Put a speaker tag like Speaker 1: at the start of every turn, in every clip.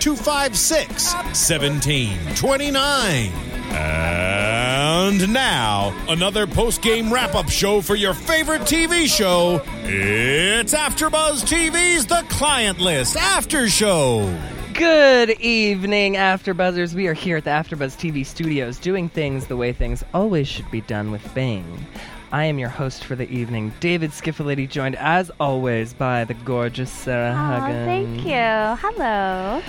Speaker 1: 256 1729. And now, another post game wrap up show for your favorite TV show. It's AfterBuzz TV's The Client List After Show.
Speaker 2: Good evening, AfterBuzzers. We are here at the AfterBuzz TV studios doing things the way things always should be done with Bing. I am your host for the evening, David Skiffalady, joined as always by the gorgeous Sarah
Speaker 3: Aw,
Speaker 2: Hagen.
Speaker 3: thank you. Hello.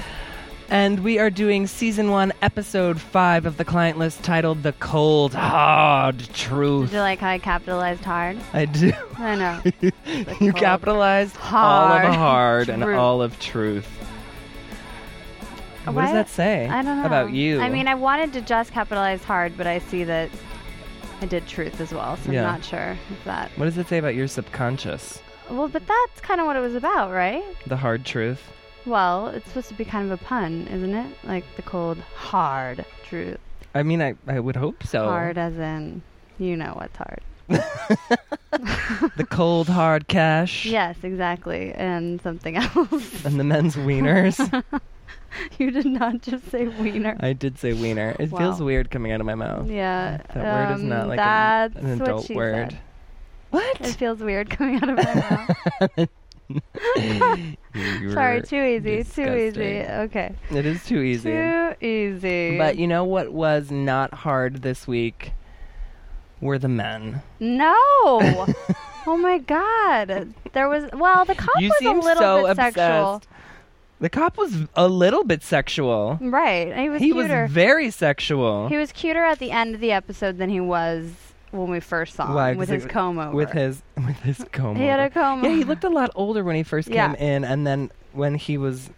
Speaker 2: And we are doing season one, episode five of the client list titled The Cold Hard
Speaker 3: Did
Speaker 2: Truth.
Speaker 3: you like how I capitalized hard?
Speaker 2: I do.
Speaker 3: I know.
Speaker 2: you
Speaker 3: cold,
Speaker 2: capitalized all
Speaker 3: hard
Speaker 2: of hard and
Speaker 3: truth.
Speaker 2: all of truth. What
Speaker 3: Why-
Speaker 2: does that say
Speaker 3: I don't know.
Speaker 2: about you?
Speaker 3: I mean, I wanted to just capitalize hard, but I see that I did truth as well, so
Speaker 2: Yeah.
Speaker 3: I'm not sure if that.
Speaker 2: what does it say about your subconscious?
Speaker 3: Well, but that's kind of what it was about, right?
Speaker 2: The hard truth.
Speaker 3: Well, it's supposed to be kind of a pun, isn't it? Like the cold, hard truth.
Speaker 2: I mean, I, I would hope so.
Speaker 3: Hard as in, you know what's hard.
Speaker 2: The cold hard cash
Speaker 3: Yes, exactly. And something else.
Speaker 2: and the men's wieners.
Speaker 3: you did not just say wiener.
Speaker 2: I did say wiener. It
Speaker 3: Wow.
Speaker 2: feels weird coming out of my mouth.
Speaker 3: Yeah.
Speaker 2: That word is
Speaker 3: um,
Speaker 2: not like an,
Speaker 3: that's
Speaker 2: an
Speaker 3: what
Speaker 2: adult
Speaker 3: she
Speaker 2: word.
Speaker 3: said. It
Speaker 2: What?
Speaker 3: feels weird coming out of my mouth. Sorry, too easy, too easy.
Speaker 2: disgusting.
Speaker 3: Okay,
Speaker 2: It is too easy.
Speaker 3: too easy.
Speaker 2: But you know what was not hard this week? Were the men.
Speaker 3: no. oh my god, there was well the cop
Speaker 2: you
Speaker 3: was
Speaker 2: seem
Speaker 3: a little
Speaker 2: so
Speaker 3: bit
Speaker 2: obsessed.
Speaker 3: sexual,
Speaker 2: The cop was a little bit sexual.
Speaker 3: right? And he was
Speaker 2: he
Speaker 3: cuter.
Speaker 2: was very sexual.
Speaker 3: he was cuter at the end of the episode than he was when we first saw him
Speaker 2: Why? 'Cause
Speaker 3: with
Speaker 2: it
Speaker 3: his
Speaker 2: was-
Speaker 3: comb over.
Speaker 2: With his with his comb.
Speaker 3: He had a
Speaker 2: over.
Speaker 3: comb
Speaker 2: Yeah, he
Speaker 3: over.
Speaker 2: looked a lot older when he first
Speaker 3: Yeah.
Speaker 2: came in, and then when he was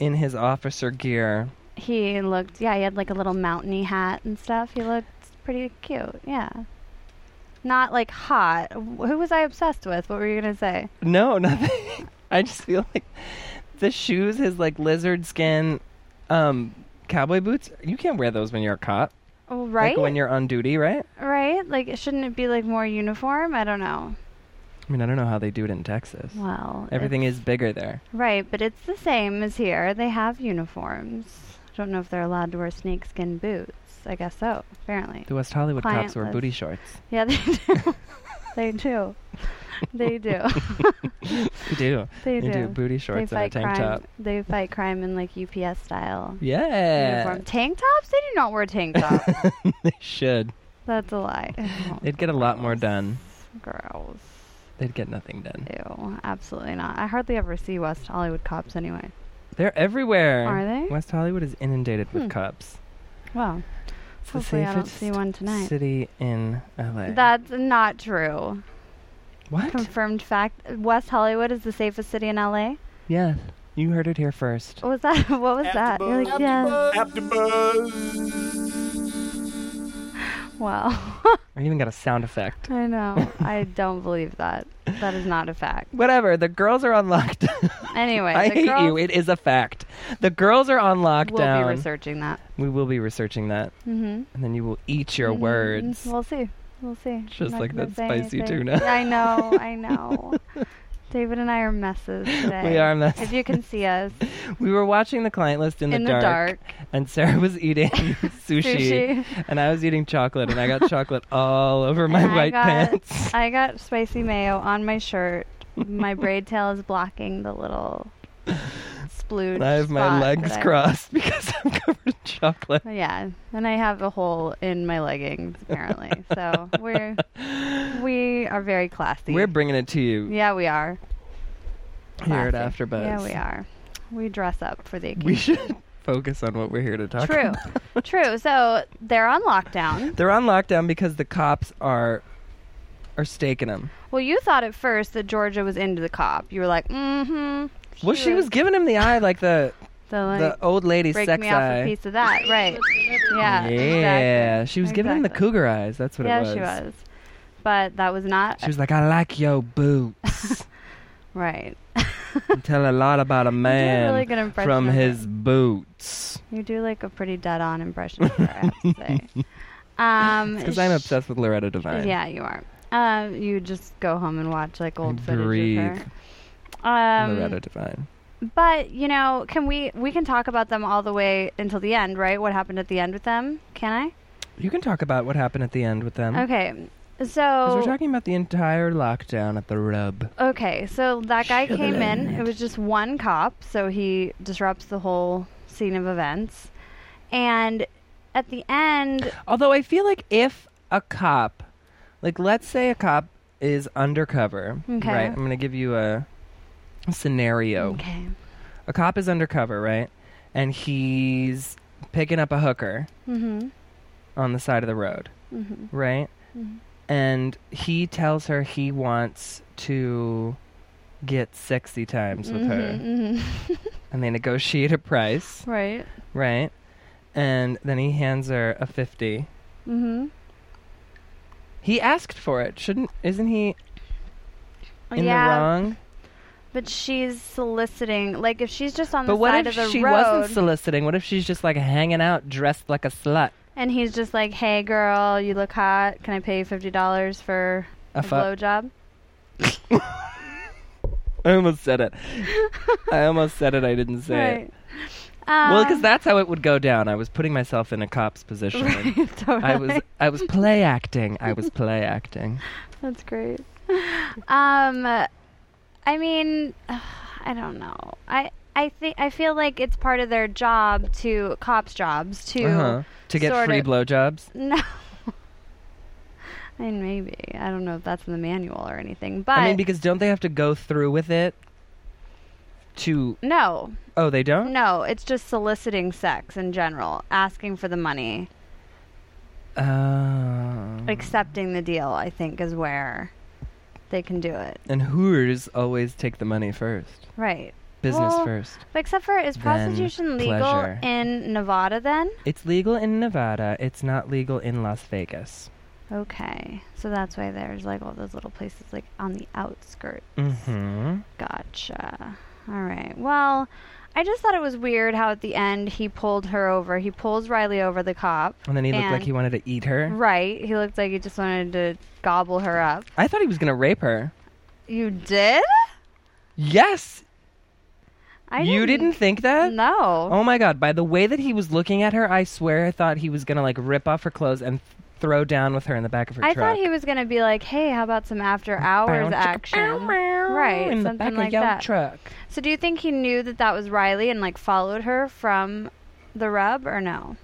Speaker 2: in his officer gear.
Speaker 3: he looked yeah he had like a little mountainy hat and stuff. He looked pretty cute. Yeah. Not like hot. Who was I obsessed with? What were you gonna say?
Speaker 2: No, nothing. I just feel like the shoes, his like lizard skin, um, cowboy boots. You can't wear those when you're a cop.
Speaker 3: Oh, right.
Speaker 2: Like when you're on duty, right?
Speaker 3: Right? Like, shouldn't it be like more uniform? I don't know.
Speaker 2: I mean, I don't know how they do it in Texas.
Speaker 3: Well,
Speaker 2: Everything is bigger there.
Speaker 3: it's- right, but it's the same as here. They have uniforms. I don't know if they're allowed to wear snakeskin boots. I guess so. Apparently,
Speaker 2: The West Hollywood cops wear
Speaker 3: Clientless.
Speaker 2: booty shorts.
Speaker 3: yeah, they do. they do. They do.
Speaker 2: They do.
Speaker 3: They
Speaker 2: do
Speaker 3: do.
Speaker 2: booty shorts
Speaker 3: they
Speaker 2: and a
Speaker 3: fight
Speaker 2: tank
Speaker 3: crime.
Speaker 2: top.
Speaker 3: They fight crime in like UPS style
Speaker 2: Yeah.
Speaker 3: uniform. Tank tops? They do not wear tank tops.
Speaker 2: they should.
Speaker 3: That's a lie. Oh,
Speaker 2: They'd get a lot more done.
Speaker 3: Gross.
Speaker 2: They'd get nothing done.
Speaker 3: Ew. Absolutely not. I hardly ever see West Hollywood cops anyway.
Speaker 2: They're everywhere.
Speaker 3: Are they?
Speaker 2: West Hollywood is inundated with cops.
Speaker 3: Wow.
Speaker 2: It's
Speaker 3: Hopefully
Speaker 2: the
Speaker 3: I don't
Speaker 2: safest
Speaker 3: see one tonight.
Speaker 2: city in LA.
Speaker 3: That's not true.
Speaker 2: what?
Speaker 3: Confirmed fact. West Hollywood is the safest city in LA.
Speaker 2: yes. You heard it here first.
Speaker 3: What was that? What was that? You're like, yeah. Wow.
Speaker 2: I even got a sound effect.
Speaker 3: I know. I don't believe that. That is not a fact.
Speaker 2: Whatever. The girls are on lockdown.
Speaker 3: Anyway,
Speaker 2: I
Speaker 3: the
Speaker 2: hate
Speaker 3: girls
Speaker 2: you. It is a fact. The girls are on
Speaker 3: We'll
Speaker 2: lockdown.
Speaker 3: be researching that.
Speaker 2: we will be researching that,
Speaker 3: Mm-hmm.
Speaker 2: and then you will eat your words.
Speaker 3: We'll see. We'll see.
Speaker 2: Just
Speaker 3: I'm not
Speaker 2: like
Speaker 3: gonna
Speaker 2: that
Speaker 3: say
Speaker 2: spicy
Speaker 3: anything.
Speaker 2: tuna.
Speaker 3: I know. I know. David and I are messes today.
Speaker 2: We are messes.
Speaker 3: If you can see us
Speaker 2: we were watching the client list in the,
Speaker 3: in the dark,
Speaker 2: and Sarah was eating sushi,
Speaker 3: sushi.
Speaker 2: and I was eating chocolate, and I got chocolate all over my
Speaker 3: And I
Speaker 2: white
Speaker 3: got-
Speaker 2: pants.
Speaker 3: I got spicy mayo on my shirt. My braid tail is blocking the little blue.
Speaker 2: I have my
Speaker 3: spot
Speaker 2: legs
Speaker 3: that I-
Speaker 2: crossed because I'm covered in chocolate.
Speaker 3: Yeah, and I have a hole in my leggings apparently. so we're we are very classy.
Speaker 2: We're bringing it to you
Speaker 3: yeah, we are.
Speaker 2: here at
Speaker 3: Classy.
Speaker 2: AfterBuzz.
Speaker 3: Yeah, we are. We dress up for the occasion.
Speaker 2: We should focus on what we're here to talk
Speaker 3: True.
Speaker 2: about.
Speaker 3: True. So they're on lockdown.
Speaker 2: They're on lockdown because the cops are are staking them.
Speaker 3: Well, you thought at first that Georgia was into the cop. You were like, mm-hmm.
Speaker 2: Well, she was giving him the eye like the
Speaker 3: the, like,
Speaker 2: the old lady
Speaker 3: break
Speaker 2: sex
Speaker 3: me off
Speaker 2: eye.
Speaker 3: a piece of that, right?
Speaker 2: yeah,
Speaker 3: Yeah. exactly.
Speaker 2: she was giving him the
Speaker 3: Exactly.
Speaker 2: cougar eyes. That's what
Speaker 3: Yeah,
Speaker 2: it was.
Speaker 3: she was. But that was not
Speaker 2: She was like, "I like yo boots."
Speaker 3: right.
Speaker 2: You Tell a lot about a man
Speaker 3: really good impression
Speaker 2: from
Speaker 3: of
Speaker 2: his boots.
Speaker 3: You do like a pretty dead-on impression of her, I have to say. Um,
Speaker 2: Because I'm obsessed with Loretta Devine.
Speaker 3: Yeah, you are. Um, you just go home and watch like old footage of
Speaker 2: breathe.
Speaker 3: her. Um,
Speaker 2: Loretta Devine.
Speaker 3: But you know, can we we can talk about them all the way until the end, right? What happened at the end with them? Can
Speaker 2: You can talk about what happened at the end with them.
Speaker 3: I? Okay. So
Speaker 2: Because Mm-hmm. we're talking about the entire lockdown at the rub.
Speaker 3: okay, so that guy came in.
Speaker 2: Shouldn't.
Speaker 3: It was just one cop, so he disrupts the whole scene of events. And at the end,
Speaker 2: Although I feel like if a cop, like let's say a cop is undercover,
Speaker 3: Okay.
Speaker 2: right? I'm going to give you a scenario.
Speaker 3: okay.
Speaker 2: A cop is undercover, right? And he's picking up a hooker
Speaker 3: Mhm.
Speaker 2: on the side of the road,
Speaker 3: Mhm.
Speaker 2: right?
Speaker 3: Mhm.
Speaker 2: And he tells her he wants to get sexy times with her.
Speaker 3: Mhm.
Speaker 2: And they negotiate a price,
Speaker 3: Right.
Speaker 2: right? And then he hands her a 50.
Speaker 3: Mhm.
Speaker 2: He asked for it. Shouldn't isn't he in
Speaker 3: yeah,
Speaker 2: the wrong?
Speaker 3: but she's soliciting. Like if she's just on
Speaker 2: But
Speaker 3: the
Speaker 2: what
Speaker 3: side
Speaker 2: if
Speaker 3: of the
Speaker 2: she
Speaker 3: road,
Speaker 2: wasn't soliciting? What if she's just like hanging out dressed like a slut?
Speaker 3: and he's just like, "Hey, girl, you look hot. Can I pay you fifty dollars for
Speaker 2: A
Speaker 3: a
Speaker 2: fu-
Speaker 3: blowjob?"
Speaker 2: I almost said it. I almost said it. I didn't say it.
Speaker 3: Right.
Speaker 2: Well,
Speaker 3: Um,
Speaker 2: because that's how it would go down. I was putting myself in a cop's position.
Speaker 3: totally.
Speaker 2: I was I was play acting. I was play acting.
Speaker 3: That's great. Um, I mean, I don't know. I I think I feel like it's part of their job to cops' jobs to
Speaker 2: Uh-huh. To get
Speaker 3: sort
Speaker 2: free
Speaker 3: of-
Speaker 2: blowjobs.
Speaker 3: no. I mean, maybe I don't know if that's in the manual or anything, but
Speaker 2: I mean, because don't they have to go through with it? To
Speaker 3: no,
Speaker 2: oh, they don't.
Speaker 3: no, it's just soliciting sex in general, asking for the money.
Speaker 2: Oh.
Speaker 3: accepting the deal, I think, is where they can do it.
Speaker 2: and whores always take the money first.
Speaker 3: Right.
Speaker 2: Business
Speaker 3: Well-
Speaker 2: first.
Speaker 3: But except for is
Speaker 2: Then
Speaker 3: prostitution legal
Speaker 2: pleasure.
Speaker 3: in Nevada then?
Speaker 2: It's legal in Nevada. It's not legal in Las Vegas.
Speaker 3: Okay. So that's why there's like all those little places like on the outskirts.
Speaker 2: Mm-hmm.
Speaker 3: Gotcha. All right. Well, I just thought it was weird how at the end he pulled her over. He pulls Riley over the cop.
Speaker 2: And then he looked like
Speaker 3: And-
Speaker 2: he wanted to eat her.
Speaker 3: Right. He looked like he just wanted to gobble her up.
Speaker 2: I thought he was gonna rape her.
Speaker 3: You did?
Speaker 2: Yes.
Speaker 3: I
Speaker 2: you didn't think that?
Speaker 3: No.
Speaker 2: Oh my god! By the way that he was looking at her, I swear I thought he was gonna like rip off her clothes and th- throw down with her in the back of her
Speaker 3: I
Speaker 2: truck.
Speaker 3: thought he was gonna be like, "Hey, how about some after
Speaker 2: Bow,
Speaker 3: hours
Speaker 2: chicka,
Speaker 3: action?"
Speaker 2: bow, meow,
Speaker 3: Right,
Speaker 2: in the
Speaker 3: something
Speaker 2: back of
Speaker 3: like
Speaker 2: your
Speaker 3: that.
Speaker 2: truck.
Speaker 3: So, do you think he knew that that was Riley and like followed her from the rub, or no?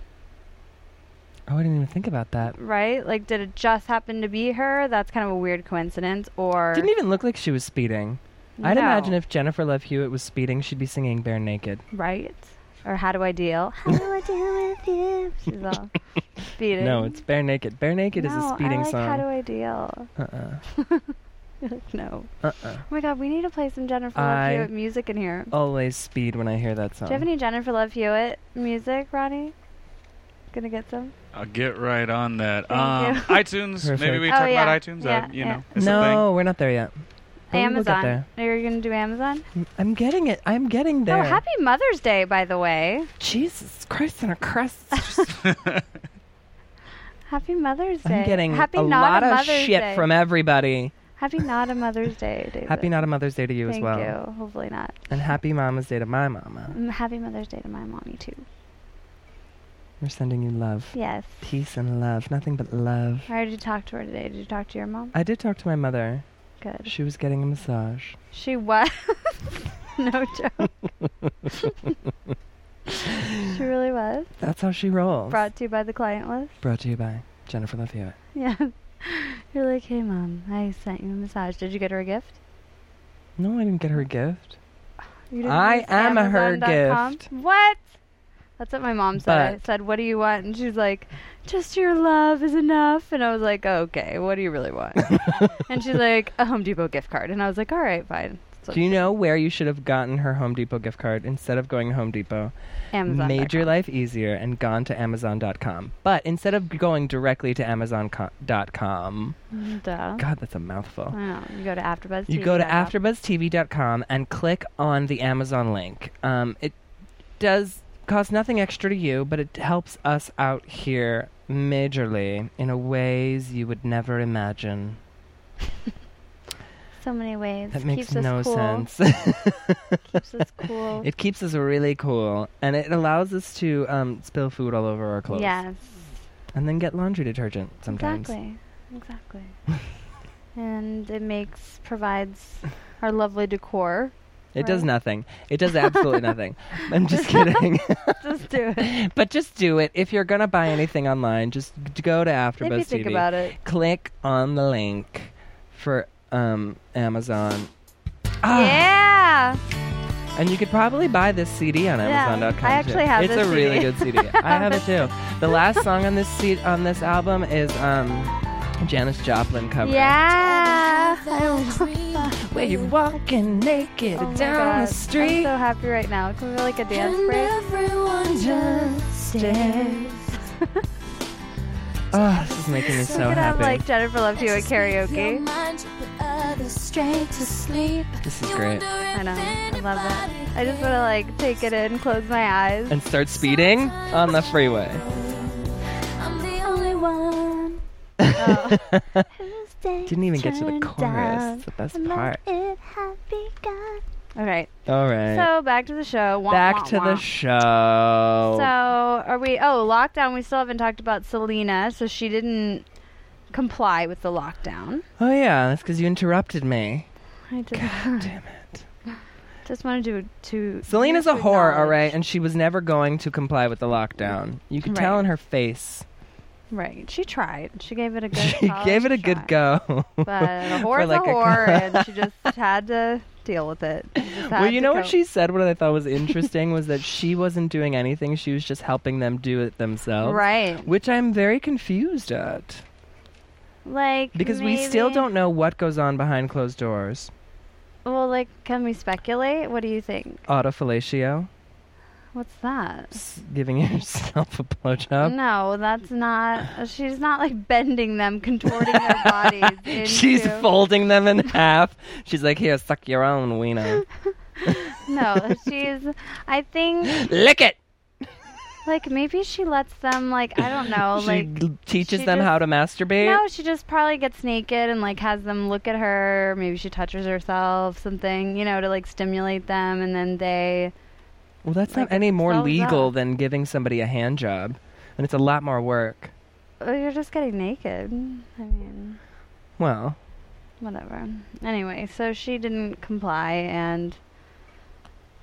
Speaker 2: Oh, I didn't even think about that.
Speaker 3: Right? Like, did it just happen to be her? That's kind of a weird coincidence, or
Speaker 2: Didn't even look like she was speeding. I'd
Speaker 3: No.
Speaker 2: imagine if Jennifer Love Hewitt was speeding, she'd be singing "Bare Naked."
Speaker 3: right? Or how do I deal? How do I deal with you? She's all speeding.
Speaker 2: No, it's "Bare Naked." "Bare Naked" is
Speaker 3: No,
Speaker 2: a speeding
Speaker 3: I like
Speaker 2: song.
Speaker 3: How do I deal?
Speaker 2: uh-uh.
Speaker 3: no.
Speaker 2: Uh-uh.
Speaker 3: Oh my god, we need to play some Jennifer
Speaker 2: I- Oh.
Speaker 3: Love Hewitt music in here.
Speaker 2: Always speed when I hear that song.
Speaker 3: Do you have any Jennifer Love Hewitt music, Ronnie? Gonna get some.
Speaker 4: I'll get right on that.
Speaker 3: Thank
Speaker 4: Um,
Speaker 3: you.
Speaker 4: iTunes. Maybe
Speaker 2: Perfect.
Speaker 4: we
Speaker 3: Oh,
Speaker 4: talk
Speaker 3: yeah.
Speaker 4: about iTunes.
Speaker 3: Yeah,
Speaker 4: I, you
Speaker 3: yeah.
Speaker 4: know, it's a
Speaker 2: no, we're not there yet. But we will get
Speaker 3: Amazon.
Speaker 2: there.
Speaker 3: You're gonna do Amazon?
Speaker 2: I'm getting it. I'm getting there.
Speaker 3: Oh, happy Mother's Day, by the way.
Speaker 2: Jesus Christ and a crust.
Speaker 4: thing.
Speaker 3: Happy Mother's Day.
Speaker 2: I'm getting
Speaker 3: happy
Speaker 2: a
Speaker 3: not
Speaker 2: lot
Speaker 3: a
Speaker 2: of
Speaker 3: Mother's
Speaker 2: shit
Speaker 3: Day.
Speaker 2: from everybody.
Speaker 3: Happy not a Mother's Day, David.
Speaker 2: Happy Not a Mother's Day to you
Speaker 3: Thank
Speaker 2: as well.
Speaker 3: you. Hopefully not.
Speaker 2: And happy Mama's Day to my mama.
Speaker 3: Mm, Happy Mother's Day to my mommy too.
Speaker 2: We're sending you love.
Speaker 3: Yes.
Speaker 2: Peace and love. Nothing but love.
Speaker 3: I already talked to her today. Did you talk to your mom?
Speaker 2: I did talk to my mother.
Speaker 3: Good.
Speaker 2: She was getting a massage.
Speaker 3: She was. no joke. she really was.
Speaker 2: That's how she rolls.
Speaker 3: Brought to you by the client list.
Speaker 2: Brought to you by Jennifer Love Hewitt.
Speaker 3: Yeah. You're like, hey, mom, I sent you a massage. Did you get her a gift?
Speaker 2: No, I didn't get her a gift.
Speaker 3: You didn't
Speaker 2: I
Speaker 3: use
Speaker 2: am a her
Speaker 3: Amazon.com?
Speaker 2: gift.
Speaker 3: What? That's what my mom said. I
Speaker 2: But-
Speaker 3: said, what do you want? And she's like, just your love is enough. And I was like, okay, what do you really want? and she's like, a Home Depot gift card. And I was like, all right, fine. So
Speaker 2: Do you know where you should have gotten her Home Depot gift card instead of going to Home Depot?
Speaker 3: Amazon.
Speaker 2: made your life easier and gone to Amazon.com. But instead of going directly to Amazon.com,
Speaker 3: Duh.
Speaker 2: God, that's a mouthful.
Speaker 3: I know. You go to AfterBuzz.
Speaker 2: You go to AfterBuzzTV.com and click on the Amazon link. Um, it does cost nothing extra to you, but it helps us out here majorly in a ways you would never imagine.
Speaker 3: So many ways.
Speaker 2: That
Speaker 3: Keeps
Speaker 2: makes
Speaker 3: us
Speaker 2: no
Speaker 3: cool.
Speaker 2: sense.
Speaker 3: Keeps us cool.
Speaker 2: it keeps us really cool, and it allows us to um, spill food all over our clothes.
Speaker 3: Yes.
Speaker 2: And then get laundry detergent sometimes.
Speaker 3: Exactly. Exactly. and it makes provides our lovely decor.
Speaker 2: It does
Speaker 3: Right.
Speaker 2: nothing. It does absolutely nothing. I'm just kidding.
Speaker 3: Just do it.
Speaker 2: but just do it. If you're gonna buy anything online, just d- go to
Speaker 3: if
Speaker 2: AfterBuzz
Speaker 3: you think
Speaker 2: TV.
Speaker 3: about it.
Speaker 2: Click on the link for um, Amazon. Ah,
Speaker 3: Yeah.
Speaker 2: And you could probably buy this CD on
Speaker 3: Yeah,
Speaker 2: Amazon.com.
Speaker 3: I
Speaker 2: too.
Speaker 3: actually have
Speaker 2: It's
Speaker 3: this
Speaker 2: a really
Speaker 3: CD.
Speaker 2: good CD. I have it too. The last song on this se- on this album is um, Janis Joplin cover.
Speaker 3: Yeah.
Speaker 2: Where you're walking naked
Speaker 3: Oh my
Speaker 2: down
Speaker 3: God.
Speaker 2: the street.
Speaker 3: I'm so happy right now. Can we like a dance
Speaker 5: And
Speaker 3: break?
Speaker 5: everyone just stares.
Speaker 2: oh, this is making me
Speaker 3: we
Speaker 2: so
Speaker 3: could have
Speaker 2: happy.
Speaker 3: like Jennifer Love you at karaoke.
Speaker 2: This is great.
Speaker 3: I know. I love it. I just want to like take it in, close my eyes.
Speaker 2: and start speeding on the freeway.
Speaker 5: I'm the only one.
Speaker 3: Oh.
Speaker 2: Didn't even get to the chorus. It's the best part.
Speaker 5: It had begun.
Speaker 3: All right.
Speaker 2: All right.
Speaker 3: So back to the show. Wah,
Speaker 2: Back
Speaker 3: wah,
Speaker 2: to
Speaker 3: wah.
Speaker 2: the show.
Speaker 3: So are we? Oh, lockdown. We still haven't talked about Selena, so she didn't comply with the lockdown.
Speaker 2: oh yeah, that's because you interrupted me.
Speaker 3: I just,
Speaker 2: Damn it.
Speaker 3: just wanted to to.
Speaker 2: Selena's a
Speaker 3: to
Speaker 2: whore, all
Speaker 3: acknowledge-
Speaker 2: right, and she was never going to comply with the lockdown. You could tell
Speaker 3: Right.
Speaker 2: in her face.
Speaker 3: Right. She tried. She gave it a good.
Speaker 2: She
Speaker 3: college
Speaker 2: gave it a
Speaker 3: try.
Speaker 2: good go.
Speaker 3: But a
Speaker 2: For
Speaker 3: whore's
Speaker 2: like
Speaker 3: a
Speaker 2: a
Speaker 3: whore,
Speaker 2: co-
Speaker 3: and she just had to deal with it. She just
Speaker 2: well,
Speaker 3: had
Speaker 2: you
Speaker 3: to
Speaker 2: know what
Speaker 3: cope.
Speaker 2: she said. What I thought was interesting was that she wasn't doing anything. She was just helping them do it themselves.
Speaker 3: Right.
Speaker 2: Which I'm very confused at
Speaker 3: Like
Speaker 2: because we still
Speaker 3: maybe-
Speaker 2: don't know what goes on behind closed doors.
Speaker 3: Well, like, can we speculate? What do you think?
Speaker 2: Autofellatio.
Speaker 3: What's that?
Speaker 2: s- giving yourself a blowjob.
Speaker 3: No, that's not. She's not like bending them, contorting their bodies. Into,
Speaker 2: She's folding them in half. She's like, here, suck your own wiener.
Speaker 3: no, she's. I think
Speaker 2: Lick it!
Speaker 3: like maybe she lets them like I don't know
Speaker 2: she
Speaker 3: like.
Speaker 2: l- teaches
Speaker 3: Oh she
Speaker 2: them
Speaker 3: just-
Speaker 2: how to masturbate.
Speaker 3: No, she just probably gets naked and like has them look at her. Maybe she touches herself, something you know, to like stimulate them, and then they.
Speaker 2: well, that's
Speaker 3: like,
Speaker 2: not any more
Speaker 3: so
Speaker 2: legal
Speaker 3: that-
Speaker 2: than giving somebody a hand job. And it's a lot more work.
Speaker 3: Oh, you're just getting naked. I mean,
Speaker 2: Well,
Speaker 3: whatever. Anyway, so she didn't comply, and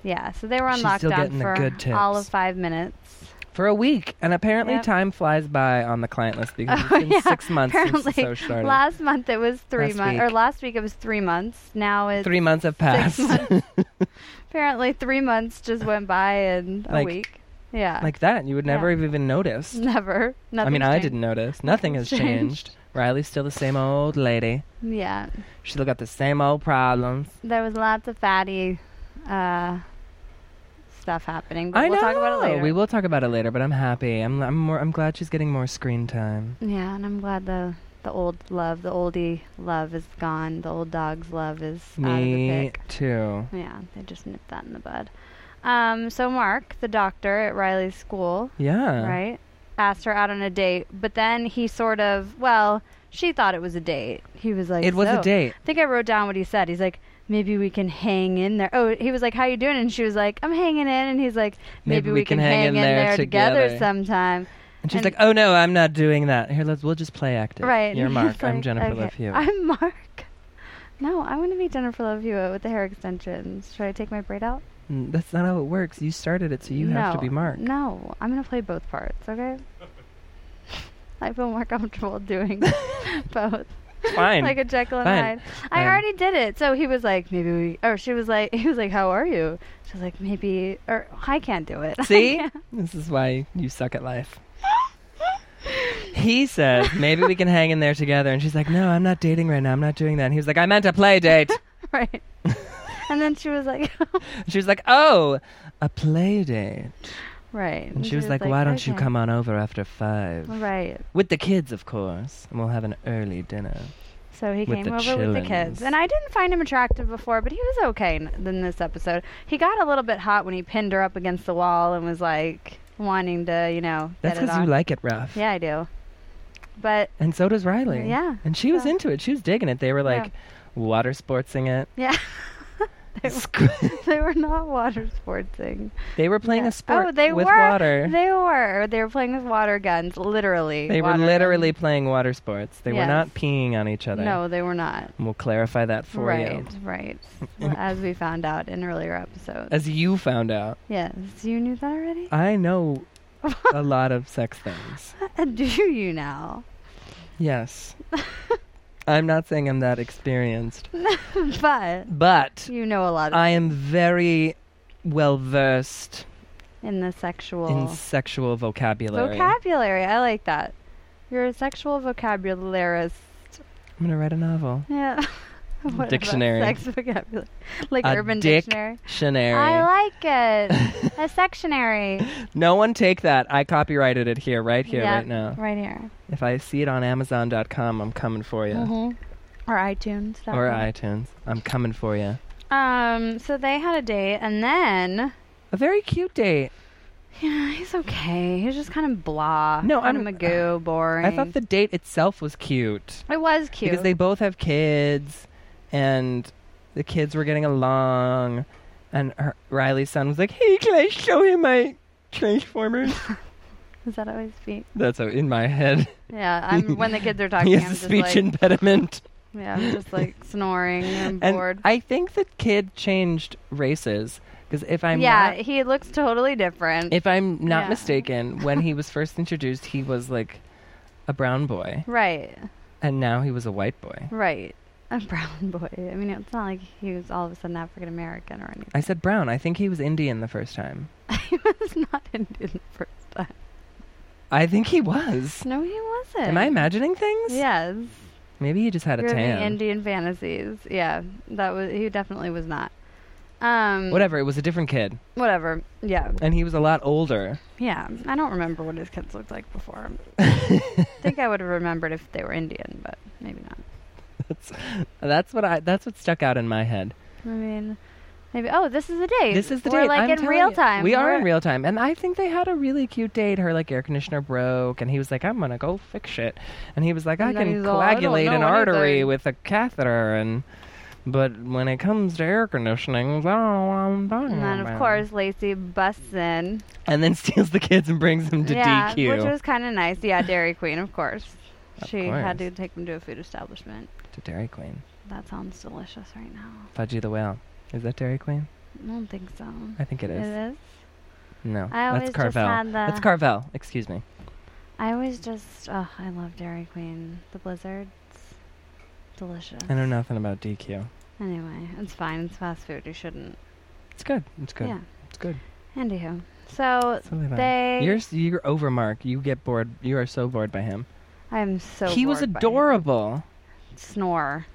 Speaker 3: yeah, so they were on
Speaker 2: She's still
Speaker 3: lockdown
Speaker 2: getting the
Speaker 3: for
Speaker 2: good tips.
Speaker 3: all of five minutes.
Speaker 2: for a week. And apparently,
Speaker 3: Yep. Oh,
Speaker 2: time flies by on the client list because it's been six months
Speaker 3: Apparently,
Speaker 2: since the show started.
Speaker 3: last month it was three
Speaker 2: Last
Speaker 3: months,
Speaker 2: week.
Speaker 3: or last week it was three months. Now it's
Speaker 2: Three months have passed.
Speaker 3: months. apparently three months just went by in a
Speaker 2: Like-
Speaker 3: week. Yeah,
Speaker 2: like that. You would never
Speaker 3: Yeah.
Speaker 2: have even noticed.
Speaker 3: never.
Speaker 2: I mean,
Speaker 3: Nothing's
Speaker 2: I
Speaker 3: changed.
Speaker 2: didn't notice. Nothing has
Speaker 3: Nothing's
Speaker 2: changed. Riley's still the same old lady.
Speaker 3: Yeah,
Speaker 2: She still got the same old problems.
Speaker 3: there was lots of fatty uh, stuff happening, but
Speaker 2: I
Speaker 3: we'll
Speaker 2: know.
Speaker 3: talk about it later.
Speaker 2: We will talk about it later, but I'm happy. I'm I'm, more, I'm glad she's getting more screen time.
Speaker 3: Yeah, and I'm glad the the old love, the oldie love is gone. The old dog's love is out of the
Speaker 2: Me
Speaker 3: pick.
Speaker 2: too.
Speaker 3: Yeah, they just nipped that in the bud. Um, so Mark, the doctor at Riley's school,
Speaker 2: Yeah.
Speaker 3: right, asked her out on a date, but then he sort of, well, she thought it was a date. He was like,
Speaker 2: It was a
Speaker 3: "So,"
Speaker 2: date.
Speaker 3: I think I wrote down what he said. He's like, maybe we can hang in there. Oh, he was like, how you doing? And she was like, I'm hanging in. And he's like, maybe, we, can, hang, in there, together,
Speaker 2: together."
Speaker 3: sometime.
Speaker 2: And she's
Speaker 3: And-
Speaker 2: like, "Oh no, I'm not doing that. Here, let's we'll just play active.
Speaker 3: Right.
Speaker 2: You're
Speaker 3: and
Speaker 2: Mark.
Speaker 3: he's
Speaker 2: I'm
Speaker 3: like,
Speaker 2: Jennifer
Speaker 3: okay,
Speaker 2: Love Hewitt.
Speaker 3: I'm Mark. No, I want to be Jennifer Love Hewitt with the hair extensions. Should I take my braid out?
Speaker 2: Mm, That's not how it works. You started it, so you have to
Speaker 3: No.
Speaker 2: be Mark.
Speaker 3: No, I'm gonna play both parts. Okay. I feel more comfortable doing both.
Speaker 2: Fine.
Speaker 3: like a Jekyll and
Speaker 2: Fine.
Speaker 3: Hyde. I
Speaker 2: Fine.
Speaker 3: already did it. So he was like, maybe we, or she was like, he was like, how are you? She was like, maybe, or I can't do it.
Speaker 2: See? this is why you suck at life. He said, maybe we can hang in there together. And she's like, no, I'm not dating right now. I'm not doing that. And he was like, I meant a play date.
Speaker 3: right. and then she was like,
Speaker 2: And she was like, oh, a play date.
Speaker 3: right.
Speaker 2: And she was like, why don't you
Speaker 3: "Okay."
Speaker 2: come on over after five?
Speaker 3: Right.
Speaker 2: With the kids, of course. And we'll have an early dinner.
Speaker 3: So he
Speaker 2: With
Speaker 3: came
Speaker 2: the
Speaker 3: over with the kids.
Speaker 2: chillins.
Speaker 3: And I didn't find him attractive before, but he was okay in, in this episode. He got a little bit hot when he pinned her up against the wall and was like wanting to, you know,
Speaker 2: That's
Speaker 3: get it
Speaker 2: because you
Speaker 3: on.
Speaker 2: like it rough.
Speaker 3: Yeah, I do. But
Speaker 2: And so does Riley.
Speaker 3: Yeah,
Speaker 2: And she was
Speaker 3: so-
Speaker 2: into it. She was digging it. They were like water sportsing it.
Speaker 3: yeah,
Speaker 2: Squ-
Speaker 3: they were not water sportsing.
Speaker 2: they were playing
Speaker 3: Yeah.
Speaker 2: a sport
Speaker 3: oh, they
Speaker 2: with
Speaker 3: were.
Speaker 2: water.
Speaker 3: They were. They were playing with water guns, literally.
Speaker 2: They were
Speaker 3: water
Speaker 2: literally playing water sports. They were
Speaker 3: Yes.
Speaker 2: not peeing on each other.
Speaker 3: guns. No, they were not.
Speaker 2: And we'll clarify that for you.
Speaker 3: right, right. Well, As we found out in earlier episodes.
Speaker 2: As you found out,
Speaker 3: yes, you knew that already.
Speaker 2: I know a lot of sex things.
Speaker 3: Do you now?
Speaker 2: Yes. I'm not saying I'm that experienced,
Speaker 3: But
Speaker 2: but
Speaker 3: you know a lot of
Speaker 2: I am very well versed
Speaker 3: in the sexual
Speaker 2: in sexual vocabulary.
Speaker 3: vocabulary. I like that. You're a sexual vocabularist.
Speaker 2: I'm going to write a novel.
Speaker 3: Yeah. What about
Speaker 2: Dictionary.
Speaker 3: Sex vocabulary. Like
Speaker 2: A
Speaker 3: urban
Speaker 2: dick-
Speaker 3: dictionary.
Speaker 2: Shanary.
Speaker 3: I like it. a sectionary.
Speaker 2: no one take that. I copyrighted it here, right here,
Speaker 3: Yeah,
Speaker 2: right now.
Speaker 3: Right here.
Speaker 2: If I see it on Amazon.com, I'm coming for you.
Speaker 3: Mm-hmm. Or iTunes. that
Speaker 2: Or
Speaker 3: one.
Speaker 2: iTunes. I'm coming for you.
Speaker 3: Um, so they had a date, and then
Speaker 2: A very cute date.
Speaker 3: yeah, he's okay. He's just kind of blah.
Speaker 2: No,
Speaker 3: kind
Speaker 2: I'm-
Speaker 3: of magoo, boring.
Speaker 2: I thought the date itself was cute
Speaker 3: it was cute.
Speaker 2: because they both have kids, and the kids were getting along, and her, Riley's son was like, "Hey, can I show him my Transformers?"
Speaker 3: Is that always speak?
Speaker 2: That's how in my head.
Speaker 3: Yeah, I'm when the kids are
Speaker 2: he
Speaker 3: talking, I'm
Speaker 2: has a
Speaker 3: just
Speaker 2: speech
Speaker 3: like
Speaker 2: impediment,
Speaker 3: yeah, I'm just like snoring and
Speaker 2: and
Speaker 3: bored.
Speaker 2: I think the kid changed races because if I'm
Speaker 3: yeah,
Speaker 2: not,
Speaker 3: he looks totally different.
Speaker 2: if I'm not
Speaker 3: Yeah.
Speaker 2: mistaken, when he was first introduced, he was like a brown boy,
Speaker 3: right,
Speaker 2: and now he was a white boy.
Speaker 3: right. A brown boy. I mean, it's not like he was all of a sudden African American or anything.
Speaker 2: I said brown. I think he was Indian the first time.
Speaker 3: he was not Indian the first time.
Speaker 2: I think he was.
Speaker 3: No, he wasn't.
Speaker 2: Am I imagining things?
Speaker 3: Yes.
Speaker 2: Maybe he just had a
Speaker 3: You're
Speaker 2: tan.
Speaker 3: the Indian fantasies. Yeah, that was he definitely was not. Um,
Speaker 2: Whatever. It was a different kid,
Speaker 3: whatever. Yeah,
Speaker 2: and he was a lot older.
Speaker 3: yeah. I don't remember what his kids looked like before. I think I would have remembered if they were Indian, but maybe not.
Speaker 2: That's what I. That's what stuck out in my head.
Speaker 3: I mean, maybe. Oh, this is the date.
Speaker 2: This is the
Speaker 3: we're
Speaker 2: date.
Speaker 3: Like
Speaker 2: I'm
Speaker 3: in
Speaker 2: telling
Speaker 3: real
Speaker 2: you.
Speaker 3: time.
Speaker 2: We are
Speaker 3: We're-
Speaker 2: in real time, and I think they had a really cute date. Her like air conditioner broke, and he was like, "I'm gonna go fix it," and he was like, "I
Speaker 3: And then
Speaker 2: can
Speaker 3: he's all, "I don't
Speaker 2: coagulate an
Speaker 3: know
Speaker 2: artery
Speaker 3: anything."
Speaker 2: with a catheter," and but when it comes to air conditioning, I don't know what I'm talking
Speaker 3: And then of
Speaker 2: about."
Speaker 3: course Lacey busts in.
Speaker 2: and then steals the kids and brings them to
Speaker 3: yeah,
Speaker 2: DQ.
Speaker 3: which was kind of nice. Yeah, Dairy Queen, of course. she had
Speaker 2: course.
Speaker 3: to take them to a food establishment.
Speaker 2: to Dairy Queen.
Speaker 3: That sounds delicious right now.
Speaker 2: Fudgy the Whale. Is that Dairy Queen?
Speaker 3: I don't think so.
Speaker 2: I think it is.
Speaker 3: It is.
Speaker 2: No,
Speaker 3: I
Speaker 2: that's
Speaker 3: always just
Speaker 2: Carvel.
Speaker 3: had the-
Speaker 2: That's Carvel. Excuse me.
Speaker 3: I always just, oh, I love Dairy Queen. The blizzards, delicious.
Speaker 2: I know nothing about DQ.
Speaker 3: Anyway, it's fine. It's fast food. You shouldn't.
Speaker 2: It's good. It's good.
Speaker 3: Yeah.
Speaker 2: It's good.
Speaker 3: Anywho, so
Speaker 2: It's really fun.
Speaker 3: they.
Speaker 2: You're s- you're over Mark. You get bored. You are so bored by him.
Speaker 3: I'm so.
Speaker 2: he was
Speaker 3: bored by
Speaker 2: adorable.
Speaker 3: him. Snore.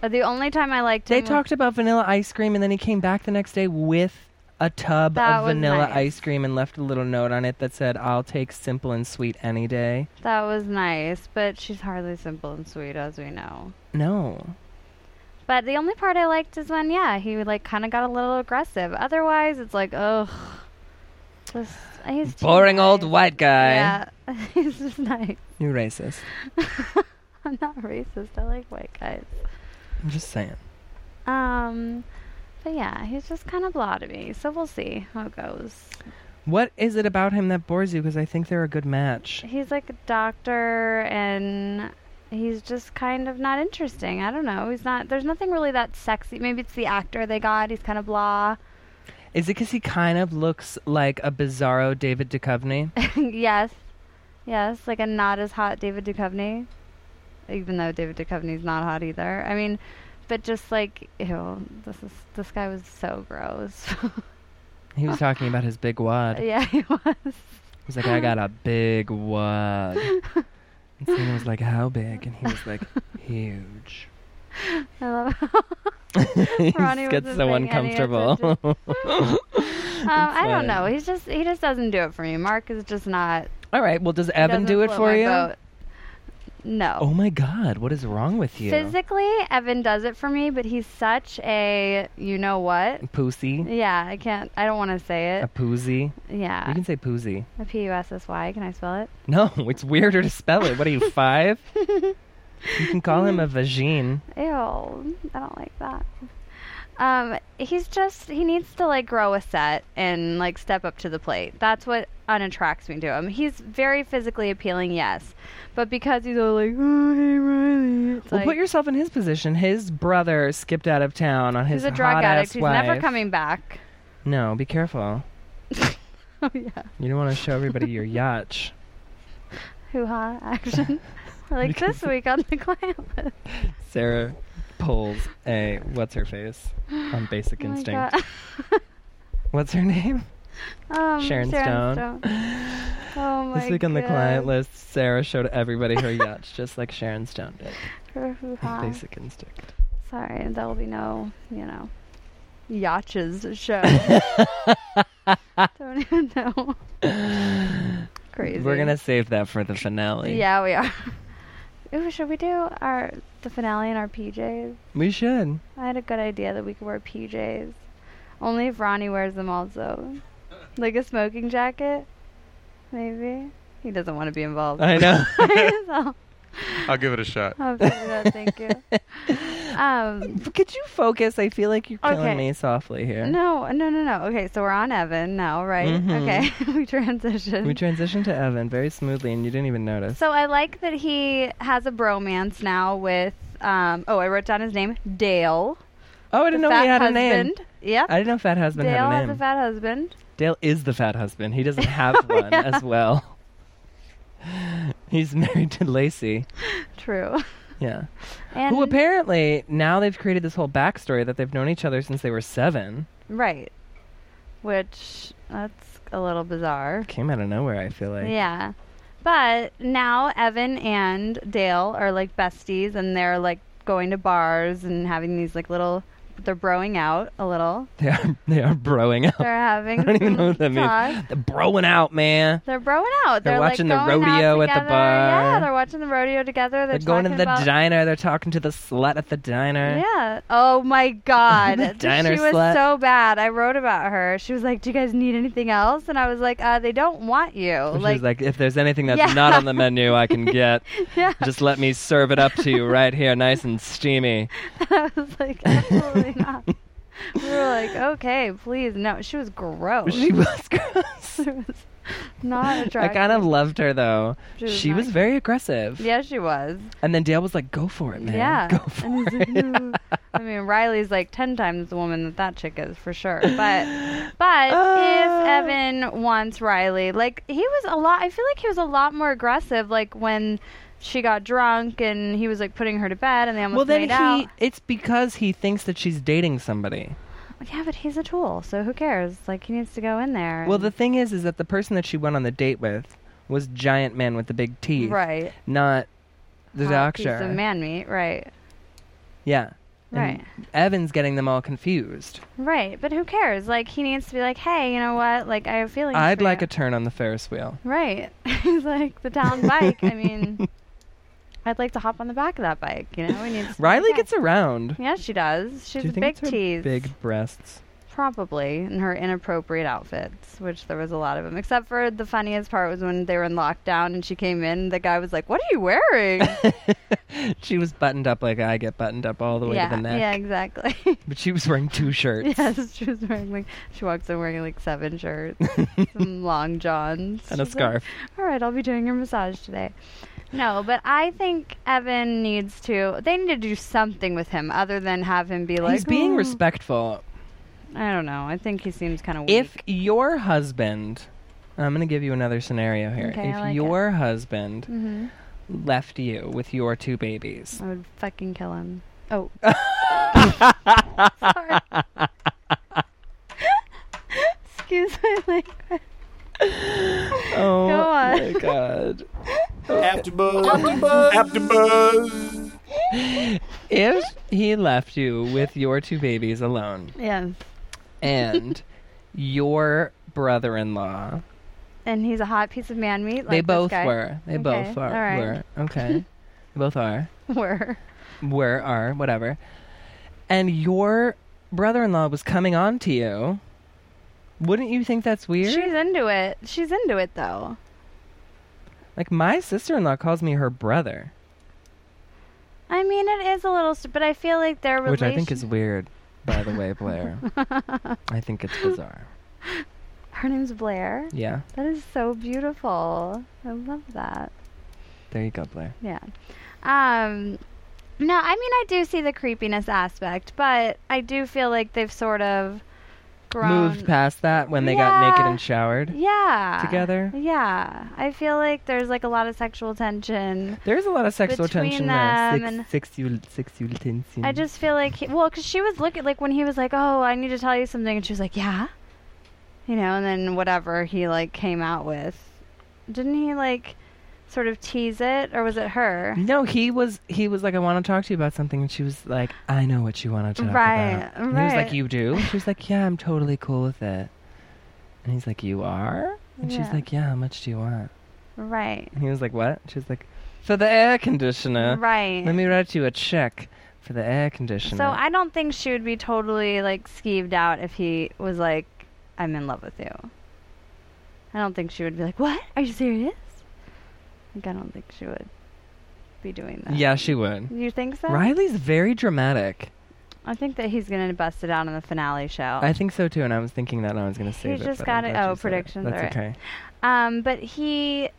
Speaker 3: Uh, The only time I liked
Speaker 2: They
Speaker 3: him was-
Speaker 2: talked about vanilla ice cream, and then he came back the next day with a tub
Speaker 3: That
Speaker 2: of
Speaker 3: was
Speaker 2: vanilla
Speaker 3: nice.
Speaker 2: ice cream and left a little note on it that said, "I'll take simple and sweet any day."
Speaker 3: That was nice, but she's hardly simple and sweet, as we know.
Speaker 2: No,
Speaker 3: But the only part I liked is when, yeah, he like kind of got a little aggressive. Otherwise, it's like, ugh, just he's too
Speaker 2: boring old
Speaker 3: nice.
Speaker 2: white guy.
Speaker 3: Yeah, he's just nice.
Speaker 2: You're racist.
Speaker 3: I'm not racist. I like white guys.
Speaker 2: I'm just saying.
Speaker 3: Um, but yeah, he's just kind of blah to me. So we'll see how it goes.
Speaker 2: What is it about him that bores you? Because I think they're a good match.
Speaker 3: He's like a doctor, and he's just kind of not interesting. I don't know. He's not. There's nothing really that sexy. Maybe it's the actor they got. He's kind of blah.
Speaker 2: Is it because he kind of looks like a bizarro David Duchovny?
Speaker 3: yes, yes, like a not as hot David Duchovny, even though David Duchovny's not hot either. I mean, but just like ew, this is this guy was so gross.
Speaker 2: he was talking about his big wad.
Speaker 3: yeah, he was.
Speaker 2: He's like, I got a big wad. And Selena was like, How big? And he was like, Huge.
Speaker 3: I love
Speaker 2: he
Speaker 3: Ronnie
Speaker 2: just gets
Speaker 3: wasn't
Speaker 2: so
Speaker 3: paying any
Speaker 2: uncomfortable.
Speaker 3: Um, I
Speaker 2: funny.
Speaker 3: don't know. He's just he just doesn't do it for me. Mark is just not.
Speaker 2: All right, well, does Evan
Speaker 3: doesn't
Speaker 2: do it
Speaker 3: float
Speaker 2: for
Speaker 3: my
Speaker 2: you?
Speaker 3: boat. No.
Speaker 2: Oh my God, what is wrong with you?
Speaker 3: Physically, Evan does it for me, but he's such a you know what?
Speaker 2: Poosy.
Speaker 3: Yeah, I can't. I don't want to say
Speaker 2: A
Speaker 3: it.
Speaker 2: poosy. You
Speaker 3: Yeah,
Speaker 2: can say poosy.
Speaker 3: a p u s s y. Can I spell it?
Speaker 2: No, it's weirder to spell it. What are you, five? you can call him a vagine.
Speaker 3: Ew, I don't like that. Um, he's just he needs to like grow a set and like step up to the plate. That's what unattracts me to him. He's very physically appealing, yes, but because he's all like, oh, hey, Riley, it's
Speaker 2: Well,
Speaker 3: like,
Speaker 2: put yourself in his position. His brother skipped out of town on his
Speaker 3: he's a drug
Speaker 2: hot
Speaker 3: addict.
Speaker 2: ass
Speaker 3: He's
Speaker 2: wife.
Speaker 3: never coming back.
Speaker 2: No, be careful.
Speaker 3: Oh yeah,
Speaker 2: You don't want to show everybody your yacht.
Speaker 3: hoo ha action. like this week on the Oh client list.
Speaker 2: Sarah pulls a what's her face on Basic
Speaker 3: Oh my
Speaker 2: Instinct.
Speaker 3: God.
Speaker 2: what's her name?
Speaker 3: Um,
Speaker 2: Sharon Stone.
Speaker 3: Oh my
Speaker 2: this week on the
Speaker 3: God.
Speaker 2: client list, Sarah showed everybody her yacht, just like Sharon Stone did.
Speaker 3: Her hoo-ha.
Speaker 2: Basic Instinct.
Speaker 3: Sorry, there will be no, you know, yachts show. Don't even know. Crazy.
Speaker 2: We're gonna save that for the finale.
Speaker 3: Yeah, we are. Ooh, should we do our the finale in our PJs?
Speaker 2: we should.
Speaker 3: I had a good idea that we could wear PJs. Only if Ronnie wears them also. Like a smoking jacket? Maybe. He doesn't want to be involved.
Speaker 2: I know.
Speaker 3: so,
Speaker 4: I'll give it a shot.
Speaker 3: I'll figure it out, thank you. Um,
Speaker 2: Could you focus? I feel like you're killing
Speaker 3: Okay.
Speaker 2: me softly here.
Speaker 3: No, no, no, no. Okay, so we're on Evan now, right?
Speaker 2: Mhm.
Speaker 3: Okay, we transitioned.
Speaker 2: We transitioned to Evan very smoothly, and you didn't even notice.
Speaker 3: so I like that he has a bromance now with. Um, oh, I wrote down his name, Dale.
Speaker 2: oh, I didn't know
Speaker 3: fat
Speaker 2: he had
Speaker 3: husband.
Speaker 2: a name.
Speaker 3: Yep.
Speaker 2: I didn't know Fat Husband
Speaker 3: Dale
Speaker 2: had a
Speaker 3: has
Speaker 2: name.
Speaker 3: a fat husband.
Speaker 2: Dale is the fat husband. He doesn't have one as well. He's married to Lacey.
Speaker 3: True.
Speaker 2: Yeah.
Speaker 3: And
Speaker 2: Who apparently now they've created this whole backstory that they've known each other since they were seven.
Speaker 3: right, which that's a little bizarre.
Speaker 2: Came out of nowhere, I feel like.
Speaker 3: Yeah. But now Evan and Dale are like besties and they're like going to bars and having these like little they're broing out a little.
Speaker 2: They are they are broing out.
Speaker 3: They're having
Speaker 2: I don't even know what that
Speaker 3: some
Speaker 2: means.
Speaker 3: talk.
Speaker 2: They're broing out, man.
Speaker 3: They're broing out.
Speaker 2: They're
Speaker 3: They're, like,
Speaker 2: watching the
Speaker 3: going out
Speaker 2: rodeo at the
Speaker 3: together.
Speaker 2: bar.
Speaker 3: Yeah, they're watching the rodeo together. They're,
Speaker 2: They're going to
Speaker 3: talking
Speaker 2: the
Speaker 3: about-
Speaker 2: diner. They're talking to the slut at the diner.
Speaker 3: Yeah. Oh my God.
Speaker 2: The diner
Speaker 3: she was
Speaker 2: slut.
Speaker 3: so bad. I wrote about her. She was like, "Do you guys need anything else?" And I was like, uh, "They don't want you."
Speaker 2: She's
Speaker 3: like,
Speaker 2: like, if there's anything that's
Speaker 3: Yeah.
Speaker 2: not on the menu, I can get.
Speaker 3: yeah.
Speaker 2: Just let me serve it up to you right here, nice and steamy.
Speaker 3: I was like, absolutely not. We were like, okay, please, no. She was gross.
Speaker 2: She was gross.
Speaker 3: She was not
Speaker 2: I
Speaker 3: attractive.
Speaker 2: kind of loved her though.
Speaker 3: She was
Speaker 2: She was
Speaker 3: nice.
Speaker 2: very aggressive.
Speaker 3: Yeah, she was.
Speaker 2: And then Dale was like, "Go for it, man.
Speaker 3: yeah.
Speaker 2: Go for
Speaker 3: and he's
Speaker 2: it."
Speaker 3: like, "No." I mean, Riley's like ten times the woman that that chick is for sure. But but
Speaker 2: Uh.
Speaker 3: if Evan wants Riley, like he was a lot. I feel like he was a lot more aggressive. Like when she got drunk and he was like putting her to bed and they almost
Speaker 2: well, then
Speaker 3: made
Speaker 2: he.
Speaker 3: out.
Speaker 2: It's because he thinks that she's dating somebody.
Speaker 3: Yeah, but he's a tool, so who cares? Like he needs to go in there.
Speaker 2: Well,
Speaker 3: and-
Speaker 2: the thing is, is that the person that she went on the date with was giant man with the big teeth,
Speaker 3: right.
Speaker 2: Not the
Speaker 3: Hot piece
Speaker 2: doctor.
Speaker 3: of man meat, right?
Speaker 2: Yeah. And
Speaker 3: Right.
Speaker 2: Evan's getting them all confused.
Speaker 3: Right, but who cares? Like he needs to be like, hey, you know what? Like I have feelings.
Speaker 2: I'd
Speaker 3: for
Speaker 2: like
Speaker 3: you.
Speaker 2: a turn on the Ferris wheel.
Speaker 3: right. He's like the down bike. I mean, I'd like to hop on the back of that bike. You know, he needs. to be
Speaker 2: Riley
Speaker 3: okay.
Speaker 2: gets around.
Speaker 3: Yeah, she does. She's
Speaker 2: Do you
Speaker 3: a
Speaker 2: think
Speaker 3: big
Speaker 2: it's her
Speaker 3: tease,
Speaker 2: big breasts?
Speaker 3: probably in her inappropriate outfits, which there was a lot of them. Except for the funniest part was when they were in lockdown and she came in. The guy was like, "What are you wearing?"
Speaker 2: She was buttoned up like I get buttoned up all the way
Speaker 3: yeah,
Speaker 2: to the neck.
Speaker 3: yeah, exactly.
Speaker 2: But she was wearing two shirts.
Speaker 3: Yes, she was wearing like she walks in wearing like seven shirts, some long johns,
Speaker 2: And a
Speaker 3: She's like,
Speaker 2: scarf.
Speaker 3: All right, I'll be doing your massage today. No, but I think Evan needs to. They need to do something with him other than have him be like.
Speaker 2: He's being
Speaker 3: "Oh."
Speaker 2: respectful.
Speaker 3: I don't know. I think he seems kind of weak.
Speaker 2: If your husband, I'm going to give you another scenario here.
Speaker 3: Okay, I
Speaker 2: if
Speaker 3: like it.
Speaker 2: your husband
Speaker 3: hmm
Speaker 2: left you with your two babies,
Speaker 3: I would fucking kill him. Oh. Sorry. Excuse my language.
Speaker 2: oh
Speaker 3: Go on.
Speaker 2: my god.
Speaker 6: AfterBuzz.
Speaker 2: if he left you with your two babies alone
Speaker 3: Yes.
Speaker 2: and your brother-in-law,
Speaker 3: And he's a hot piece of man meat. Like
Speaker 2: they
Speaker 3: this
Speaker 2: both
Speaker 3: guy.
Speaker 2: were. They both
Speaker 3: Okay,
Speaker 2: are,
Speaker 3: all right.
Speaker 2: were. Okay. they both are.
Speaker 3: Were.
Speaker 2: were are whatever and your brother-in-law was coming on to you wouldn't you think that's weird
Speaker 3: She's into it. She's into it though.
Speaker 2: like my sister-in-law calls me her brother
Speaker 3: I mean, it is a little, st- but I feel like their
Speaker 2: which
Speaker 3: relation.
Speaker 2: i think is weird by the way blair i think it's bizarre
Speaker 3: Her name's Blair.
Speaker 2: yeah
Speaker 3: That is so beautiful. I love that.
Speaker 2: there you go blair
Speaker 3: Yeah. Um no, I mean I do see the creepiness aspect, but I do feel like they've sort of grown
Speaker 2: moved past that when they got naked
Speaker 3: Yeah.
Speaker 2: and showered
Speaker 3: Yeah.
Speaker 2: together.
Speaker 3: Yeah. I feel like there's like a lot of sexual tension.
Speaker 2: there's a lot of sexual
Speaker 3: Between
Speaker 2: tension there
Speaker 3: them and-
Speaker 2: Sex, sexual sexual tension
Speaker 3: I just feel like, he, well, because she was looking, like when he was like, oh, I need to tell you something. And she was like, yeah. You know, and then whatever he like came out with. Didn't he like sort of tease it or was it her?
Speaker 2: no, he was he was like, I want to talk to you about something, and she was like, I know what you want to talk
Speaker 3: Right,
Speaker 2: about. And he was like,
Speaker 3: right.
Speaker 2: You do? And she was like, Yeah, I'm totally cool with it. And he's like, You are? And she's
Speaker 3: Yeah.
Speaker 2: like, Yeah, how much do you want?
Speaker 3: Right.
Speaker 2: And he was like, What? And she was like, For the air conditioner.
Speaker 3: Right.
Speaker 2: Let me write you a check for the air conditioner.
Speaker 3: So I don't think she would be totally like skeeved out if he was like, "I'm in love with you." I don't think she would be like, "What? Are you serious?" Like I don't think she would be doing that.
Speaker 2: yeah, she would.
Speaker 3: You think so?
Speaker 2: Riley's very dramatic.
Speaker 3: I think that he's gonna bust it out in the finale show.
Speaker 2: I think so too, and I was thinking that and I was going to save it.
Speaker 3: Oh. just
Speaker 2: but
Speaker 3: got
Speaker 2: I'm
Speaker 3: it-
Speaker 2: glad you
Speaker 3: oh,
Speaker 2: said
Speaker 3: predictions,
Speaker 2: That's
Speaker 3: alright.
Speaker 2: okay.
Speaker 3: um, but he,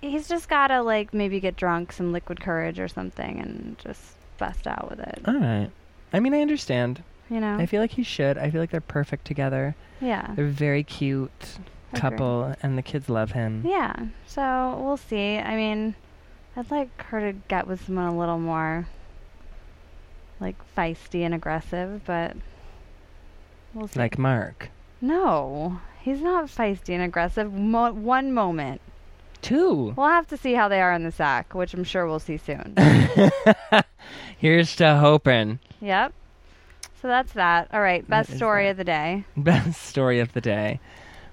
Speaker 3: he's just gotta like maybe get drunk, some liquid courage or something, and just bust out with it.
Speaker 2: All right. I mean, I understand.
Speaker 3: You know?
Speaker 2: I feel like he should. I feel like they're perfect together.
Speaker 3: yeah.
Speaker 2: They're very cute
Speaker 3: Agree.
Speaker 2: couple, and the kids love him.
Speaker 3: Yeah. So we'll see. I mean, I'd like her to get with someone a little more like feisty and aggressive, but we'll see.
Speaker 2: Like Mark.
Speaker 3: no, he's not feisty and aggressive. Mo- one moment.
Speaker 2: Two.
Speaker 3: We'll have to see how they are in the sack, which I'm sure we'll see soon.
Speaker 2: Here's to hoping.
Speaker 3: yep. So that's that. All right.
Speaker 2: That
Speaker 3: Best
Speaker 2: is
Speaker 3: story
Speaker 2: that.
Speaker 3: of the day.
Speaker 2: Best story of the day.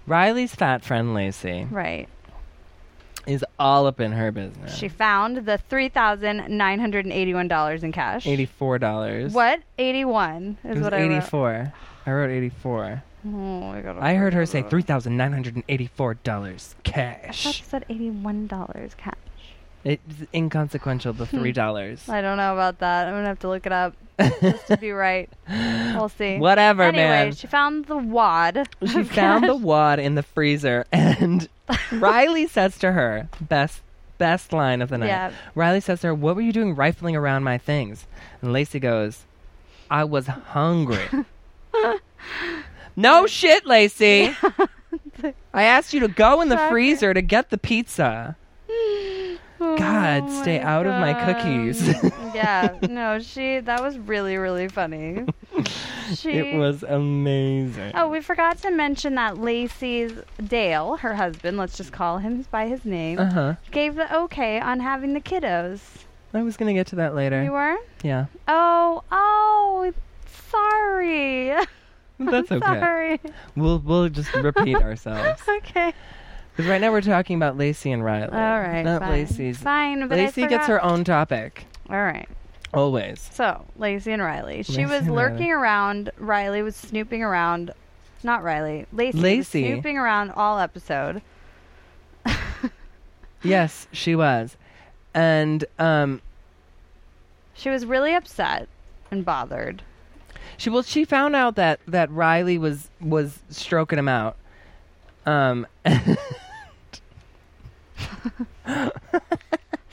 Speaker 2: Riley's fat friend Lacey
Speaker 3: Right.
Speaker 2: is all up in her business.
Speaker 3: She found the $3,981 in cash.
Speaker 2: eighty-four dollars.
Speaker 3: What? 81 is
Speaker 2: It was
Speaker 3: what I wrote.
Speaker 2: eighty-four. I wrote eighty-four.
Speaker 3: Oh my god.
Speaker 2: I heard her say three thousand nine hundred and eighty-four dollars
Speaker 3: thought
Speaker 2: cash.
Speaker 3: you said eighty-one dollars cash.
Speaker 2: It's inconsequential. The
Speaker 3: Hmm.
Speaker 2: three dollars.
Speaker 3: I don't know about that. I'm gonna have to look it up just to be right. We'll see.
Speaker 2: Whatever,
Speaker 3: anyway,
Speaker 2: man.
Speaker 3: she found the wad.
Speaker 2: She found the wad in the freezer, and Riley says to her, "Best, best line of the night."
Speaker 3: Yeah.
Speaker 2: Riley says to her, "What were you doing rifling around my things?" And Lacey goes, "I was hungry." no shit, Lacey. I asked you to go in the freezer to get the pizza. God, stay out of my cookies.
Speaker 3: Oh yeah. No, she. That was really, really funny. She.
Speaker 2: it was amazing.
Speaker 3: Oh, we forgot to mention that Lacey's Dale, her husband, let's just call him by his name,
Speaker 2: Uh huh.
Speaker 3: gave the okay on having the kiddos.
Speaker 2: I was gonna get to that later.
Speaker 3: You were?
Speaker 2: yeah,
Speaker 3: Oh, oh, sorry.
Speaker 2: that's okay.
Speaker 3: sorry.
Speaker 2: We'll we'll just repeat ourselves.
Speaker 3: Okay.
Speaker 2: Because right now we're talking about Lacey and Riley.
Speaker 3: All right.
Speaker 2: Not
Speaker 3: fine.
Speaker 2: Lacey's.
Speaker 3: Fine, but I
Speaker 2: Lacey gets her
Speaker 3: forgot-
Speaker 2: own topic.
Speaker 3: All right.
Speaker 2: Always.
Speaker 3: So Lacey and Riley. She
Speaker 2: Lacey
Speaker 3: was
Speaker 2: and
Speaker 3: lurking
Speaker 2: Riley.
Speaker 3: around. Riley was snooping around. Not Riley. Lacey. was
Speaker 2: Lacey.
Speaker 3: snooping around all episode.
Speaker 2: Yes, she was. And um
Speaker 3: She was really upset and bothered.
Speaker 2: she well she found out that that Riley was was stroking him out. Um
Speaker 3: She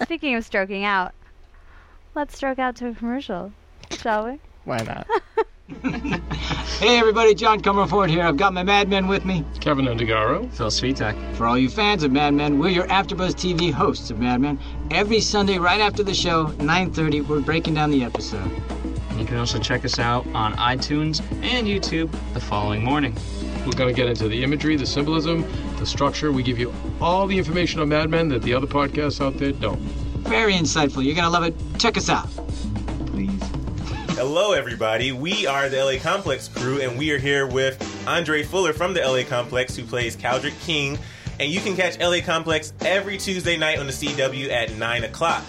Speaker 3: Speaking of stroking out, let's stroke out to a commercial, shall we?
Speaker 2: Why not?
Speaker 7: Hey everybody, John Comerford here. I've got my Mad Men with me.
Speaker 8: Kevin Undergaro.
Speaker 7: Phil Svitek. For all you fans of Mad Men, we're your AfterBuzz TV hosts of Mad Men. Every Sunday, right after the show, 9:30, we're breaking down the episode.
Speaker 9: You can also check us out on iTunes and YouTube the following morning.
Speaker 8: We're going to get into the imagery, the symbolism, the structure. We give you all the information on Mad Men that the other podcasts out there don't.
Speaker 7: Very insightful. You're gonna love it. Check us out.
Speaker 10: Hello, everybody. We are the LA Complex crew, and we are here with Andre Fuller from the LA Complex, who plays Caldrick King. And you can catch LA Complex every Tuesday night on the CW at 9 o'clock.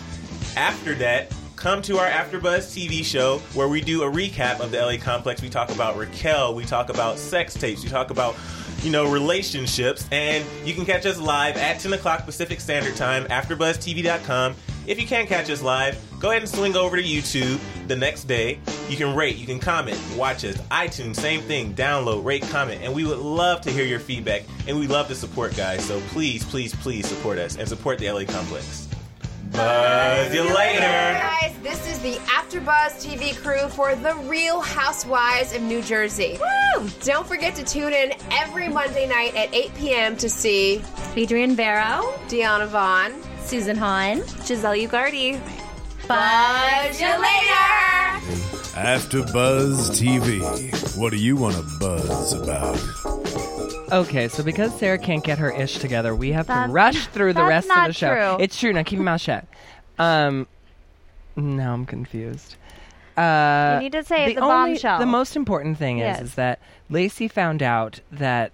Speaker 10: After that, come to our AfterBuzz TV show where we do a recap of the LA Complex. We talk about Raquel, we talk about sex tapes, we talk about you know relationships, and you can catch us live at 10 o'clock Pacific Standard Time, AfterBuzzTV.com. If you can't catch us live, go ahead and swing over to YouTube the next day. You can rate, you can comment, watch us. iTunes, same thing. Download, rate, comment, and we would love to hear your feedback. And we love to support guys, so please, please, please support us and support the LA Complex. Buzz you later.
Speaker 11: Guys, this is the AfterBuzz TV crew for The Real Housewives of New Jersey. Woo! Don't forget to tune in every Monday night at 8 p.m. to see
Speaker 12: Adrian Barrow,
Speaker 11: Deanna Vaughn.
Speaker 12: Susan Hahn,
Speaker 11: Giselle Ugardi.
Speaker 12: Buzz you later!
Speaker 1: After Buzz TV, what do you want to buzz about?
Speaker 2: Okay, so because Sarah can't get her ish together, we have
Speaker 3: That's-
Speaker 2: to rush through the
Speaker 3: that's
Speaker 2: rest of
Speaker 3: not
Speaker 2: the show.
Speaker 3: true.
Speaker 2: It's true. Now keep your mouth shut. Um, now I'm confused. Uh,
Speaker 3: You need to say the
Speaker 2: only-
Speaker 3: bombshell.
Speaker 2: The most important thing
Speaker 3: Yes.
Speaker 2: is is that Lacey found out that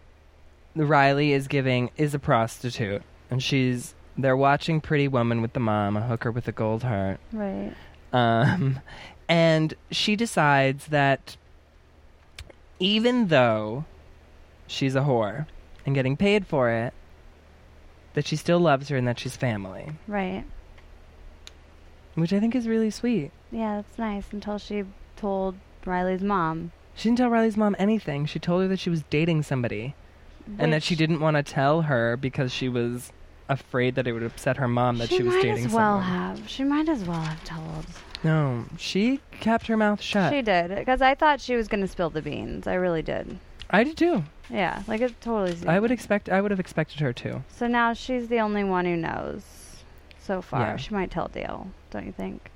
Speaker 2: Riley is giving is a prostitute, and she's they're watching Pretty Woman with the mom, a hooker with a gold heart.
Speaker 3: Right.
Speaker 2: Um, and she decides that even though she's a whore and getting paid for it, that she still loves her and that she's family,
Speaker 3: Right.
Speaker 2: which I think is really sweet.
Speaker 3: Yeah, that's nice until she told Riley's mom.
Speaker 2: She didn't tell Riley's mom anything. She told her that she was dating somebody and that she
Speaker 3: which
Speaker 2: didn't want to tell her because she was afraid that it would upset her mom that she, was
Speaker 3: might
Speaker 2: dating
Speaker 3: as well
Speaker 2: someone.
Speaker 3: have. She might as well have told.
Speaker 2: No, she kept her mouth shut.
Speaker 3: she did because I thought she was gonna spill the beans. I really did.
Speaker 2: I did too.
Speaker 3: Yeah, like it totally. seemed
Speaker 2: I would
Speaker 3: like-
Speaker 2: expect I would have expected her to.
Speaker 3: So now she's the only one who knows. So far,
Speaker 2: Yeah.
Speaker 3: she might tell Dale, don't you think?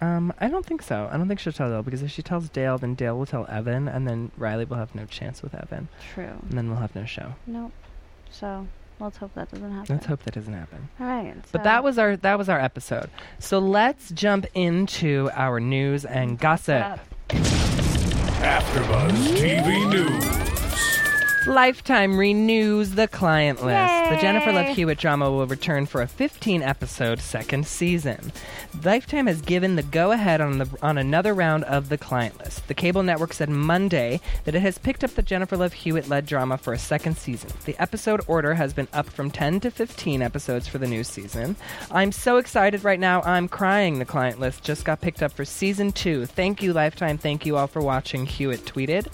Speaker 2: Um, I don't think so. I don't think she'll tell Dale because if she tells Dale, then Dale will tell Evan, and then Riley will have no chance with Evan,
Speaker 3: True.
Speaker 2: and then we'll have no show.
Speaker 3: Nope. So let's hope that doesn't happen.
Speaker 2: Let's hope that doesn't happen.
Speaker 3: All right.
Speaker 2: But
Speaker 3: so-
Speaker 2: that was our that was our episode. So let's jump into our news and gossip.
Speaker 3: Up.
Speaker 1: After Buzz TV News.
Speaker 2: Lifetime renews the client list. The Jennifer Love
Speaker 3: Yay.
Speaker 2: Hewitt drama will return for a 15 episode second season. Lifetime has given the go ahead on, the, on another round of the client list. The cable network said Monday that it has picked up the Jennifer Love Hewitt led drama for a second season. The episode order has been upped from 10 to 15 episodes for the new season. I'm so excited right now. I'm crying. The client list just got picked up for season two. Thank you, Lifetime. Thank you all for watching. Hewitt tweeted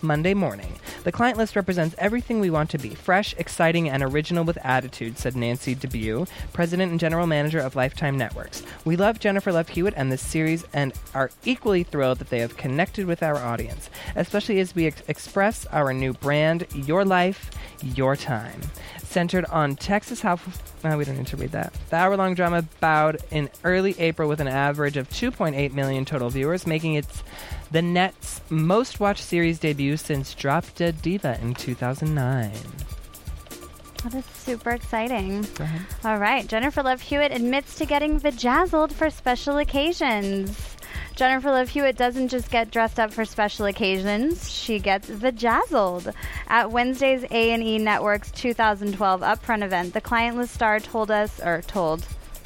Speaker 2: Monday morning. The client list represents everything we want to be fresh, exciting, and original with attitude, said Nancy Debue, president and general manager of Lifetime Networks. We love Jennifer Love Hewitt and this series and are equally thrilled that they have connected with our audience, especially as we ex- express our new brand, Your Life, Your Time. Centered on Texas House. No, we don't need to read that. The hour long drama bowed in early April with an average of 2.8 million total viewers, making it the Net's most watched series debut since Drop Dead Diva in 2009.
Speaker 3: That is super exciting.
Speaker 2: Go ahead.
Speaker 3: All right, Jennifer Love Hewitt admits to getting vajazzled for special occasions. Jennifer Love Hewitt doesn't just get dressed up for special occasions; she gets vajazzled. At Wednesday's A&E Network's 2012 Upfront event, the client list star told us, or told